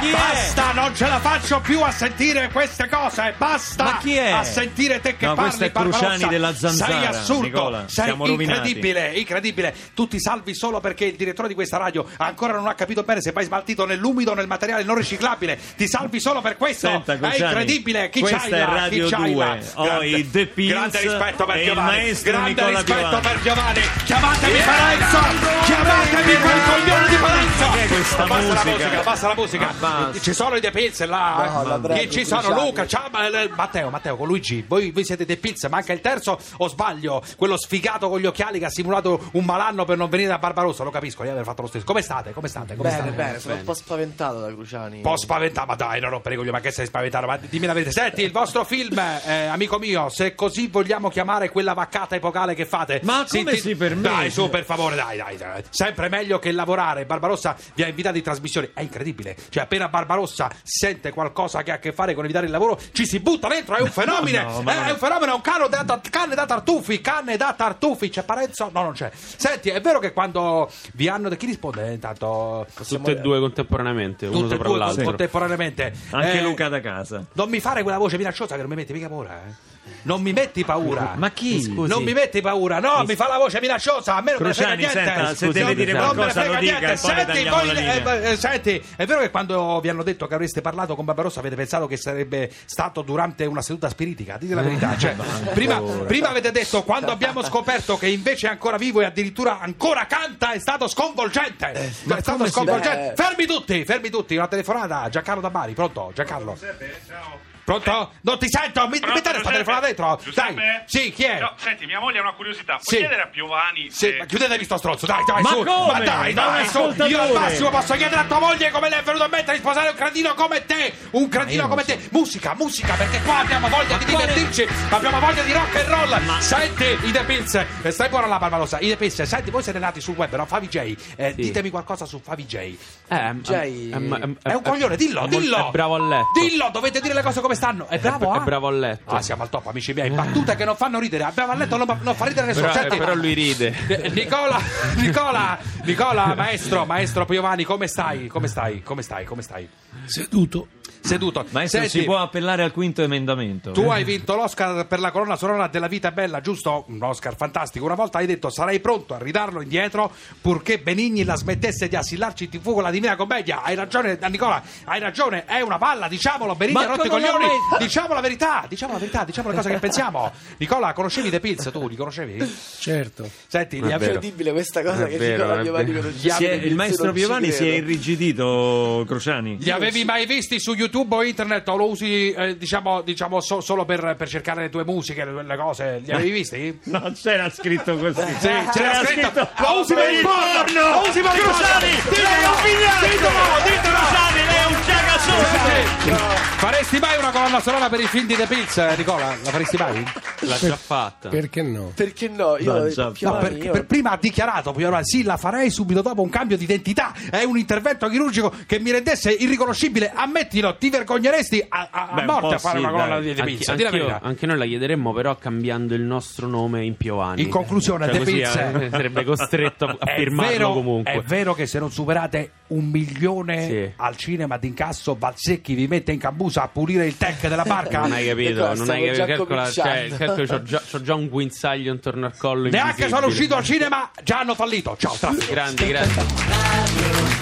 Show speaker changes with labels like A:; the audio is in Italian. A: chi è?
B: Basta, non ce la faccio più a sentire queste cose, basta!
A: Ma chi è?
B: A sentire te che
A: No,
B: parli,
A: questo è
B: Barbarossa.
A: Cruciani della Zanzara,
B: Sei assurdo,
A: Nicola,
B: sei
A: siamo rovinati.
B: incredibile, incredibile. Tutti salvi solo perché il direttore di questa radio ancora non ha capito bene se vai smaltito nell'umido o nel materiale non riciclabile. Ti salvi solo per questo,
A: Senta,
B: è
A: Cruciani,
B: incredibile. Chi
A: questa
B: c'hai
A: è
B: là?
A: Radio
B: Chi c'hai là?
A: 2. Ho i The Pills
B: grande rispetto per
A: e il
B: Giovanni,
A: maestro
B: grande
A: Nicola
B: rispetto
A: Piovani.
B: per Giovanni. Chiamatemi Parenzo, chiamatemi quel coglione di Parenzo.
A: Che è questa
B: basta la
A: musica?
B: musica, basta la musica.
A: basta.
B: Ci sono i The Pills
C: No, la
B: là. eh.
C: prego,
B: ci sono
C: Cruciani.
B: Luca, ciao ma- eh, Matteo, Matteo con Luigi. Voi, voi siete The Pills, manca il terzo o sbaglio? Quello sfigato con gli occhiali che ha simulato un malanno per non venire da Barbarossa, lo capisco, di aver fatto lo stesso. Come state? Come state? Come
C: Bene,
B: state?
C: bene, sono un po' spaventato da Cruciani.
B: Un po' spaventato, ma dai, non rompere i coglioni, ma che sei spaventato? Ma dimmi la verità. Senti, il vostro film, eh, amico mio, se così vogliamo chiamare quella vaccata epocale che fate.
A: Ma
B: si
A: come
B: inti-
A: si permette?
B: Dai, su, per favore, dai, dai, dai. Sempre meglio che lavorare. Barbarossa vi ha invitato in trasmissione. È incredibile. Cioè, appena Barbarossa sente qualcosa che ha a che fare con evitare il lavoro, ci si butta dentro. È un fenomeno.
A: no, ma
B: Eh,
A: no.
B: è un fenomeno, è un cano da, da- canne da tartufi. Canne da tartufi. C'è Parenzo? No, non c'è. Senti, è vero che quando vi hanno. Chi risponde? Intanto.
D: Tutte e due contemporaneamente, uno
B: Tutte e
D: sopra
B: due
D: l'altro.
B: contemporaneamente.
A: Anche
B: Eh,
A: Luca da casa.
B: Non mi fare quella voce minacciosa che non mi metti mica paura, eh. Non mi metti paura.
A: Ma chi? Scusi.
B: Non mi metti paura, no, mi fa la voce minacciosa, a me non
A: Cruciani,
B: me ne frega
A: senta,
B: niente.
A: se
B: Non
A: deve
B: mi-
A: dire
B: non me ne
A: qualcosa
B: frega
A: lo dica
B: niente.
A: e poi le
B: Senti,
A: tagliamo la
B: eh,
A: linea.
B: eh, senti, è vero che quando vi hanno detto che avreste parlato con Barbarossa avete pensato che sarebbe stato durante una seduta spiritica, dite la
A: Eh.
B: verità, cioè, prima, prima avete detto quando abbiamo scoperto che invece è ancora vivo e addirittura ancora canta è stato sconvolgente.
A: Eh,
B: Cioè, è stato sconvolgente.
C: Beh.
B: Fermi tutti, fermi tutti, una telefonata, Giancarlo da Bari, pronto? Giancarlo. Pronto? Non ti sento, mi, mi dai
E: Pronto,
B: questa
E: Giuseppe?
B: telefonata dentro.
E: Giuseppe?
B: Dai, sì, chi è?
E: No, senti, mia moglie ha una curiosità. Puoi
B: Sì.
E: chiedere a Piovani
B: Sì,
E: se...
B: ma chiudetevi sto stronzo, dai, dai,
A: Ma
B: su. Ma
A: come?
B: dai,
A: Ma un
B: dai, su. Io al
A: ascoltatore.
B: massimo posso chiedere a tua moglie come le è venuto a mente di sposare un cretino come te. Un cretino come te. Musica, musica, perché qua abbiamo voglia di divertirci, abbiamo voglia di rock and roll. Senti, i The Pills, eh, stai buona la Barbarossa. I The Pills, senti, voi siete nati sul web, no? Favi J. Eh, Ditemi qualcosa su Favi J.
D: Eh,
C: Jay-
D: ehm, ehm,
B: È un
D: ehm,
B: coglione, dillo,
D: è mol-
B: dillo.
D: È bravo a letto. Eh,
B: Dillo, dovete dire le cose come stanno. È bravo,
D: È
B: ah?
D: bravo a letto. Eh,
B: Ah, siamo al top, amici miei. Battute che non fanno ridere. Abbiamo a letto, non, non fa ridere nessuno.
D: però,
B: Senti,
D: eh, però lui ride.
B: eh, Nicola, Nicola, Nicola, maestro, maestro Piovani, come stai? Come stai? Come stai? Come stai?
F: Seduto.
B: Seduto.
A: Maestro,
B: Senti,
A: si può appellare al quinto emendamento.
B: Tu hai vinto l'Oscar per la colonna sonora della vita è bella, giusto? Un Oscar fantastico. Una volta hai detto sarei pronto a ridarlo indietro purché Benigni la smettesse di assillarci in tv con la Divina Commedia. Hai ragione, eh, Nicola, hai ragione, è una palla, diciamolo, Benigni
A: Ma
B: ha rotto i
A: come l'ho
B: coglioni.
A: messa?
B: Diciamo la verità, diciamo la verità, diciamo le cose che pensiamo. Nicola, conoscevi The Pills? Tu li conoscevi?
F: Certo.
B: Senti, li
D: È
B: avevi-
D: vero.
C: incredibile questa cosa
D: È
C: che
D: vero,
C: Nicola
D: è
C: Piovani
D: vero.
C: conosce.
A: Si è- il maestro
C: Non ci
A: Piovani si è
C: credo.
A: irrigidito, Cruciani.
B: Li avevi mai visti su YouTube o internet o lo usi, eh, diciamo, diciamo so- solo per, per cercare le tue musiche, le, le cose? Li avevi visti?
A: Non c'era scritto così.
B: Sì, c'era scritto. Lo usi per il porno!
A: porno!
B: Lo usi per il
A: Cruciani,
B: porno!
A: lei è un figliastro!
B: Ditelo, ditelo!
A: Cruciani, lei è un cagasosa!
B: Senti, Faresti mai una colonna sonora per i film di The Pills, eh, Nicola? La faresti mai?
D: L'ha già fatta.
F: Perché no?
C: Perché no? Io
A: No, già,
B: No,
C: Piovani,
B: per,
C: io-
B: per prima ha dichiarato Piovani, sì, la farei subito dopo un cambio di identità. È un intervento chirurgico che mi rendesse irriconoscibile. Ammettilo, ti vergogneresti a, a- a
A: Beh, un
B: morte
A: po'
B: a fare
A: sì,
B: una colonna
A: dai.
B: di The Pills.
D: Anche,
B: Di la
D: anch'io-
B: verità.
D: anche noi la chiederemmo, però cambiando il nostro nome in Piovani.
B: In conclusione,
D: Cioè,
B: The
D: così,
B: Pills
D: eh, sarebbe costretto a
B: È
D: firmarlo
B: vero-
D: comunque.
B: È vero che se non superate un milione
D: Sì.
B: al cinema d'incasso, Valsecchi vi mette in cambusa a pulire il tech della barca.
D: Non hai capito,
C: Nicola,
D: non
C: stavo
D: hai
C: già
D: capito. Calcola, cioè,
C: cominciando.
D: calcola, c'ho, già, c'ho già un guinzaglio intorno al collo.
B: Neanche
D: invisibile.
B: sono uscito al cinema, già hanno fallito. Ciao, traffico.
D: Grandi, grandi.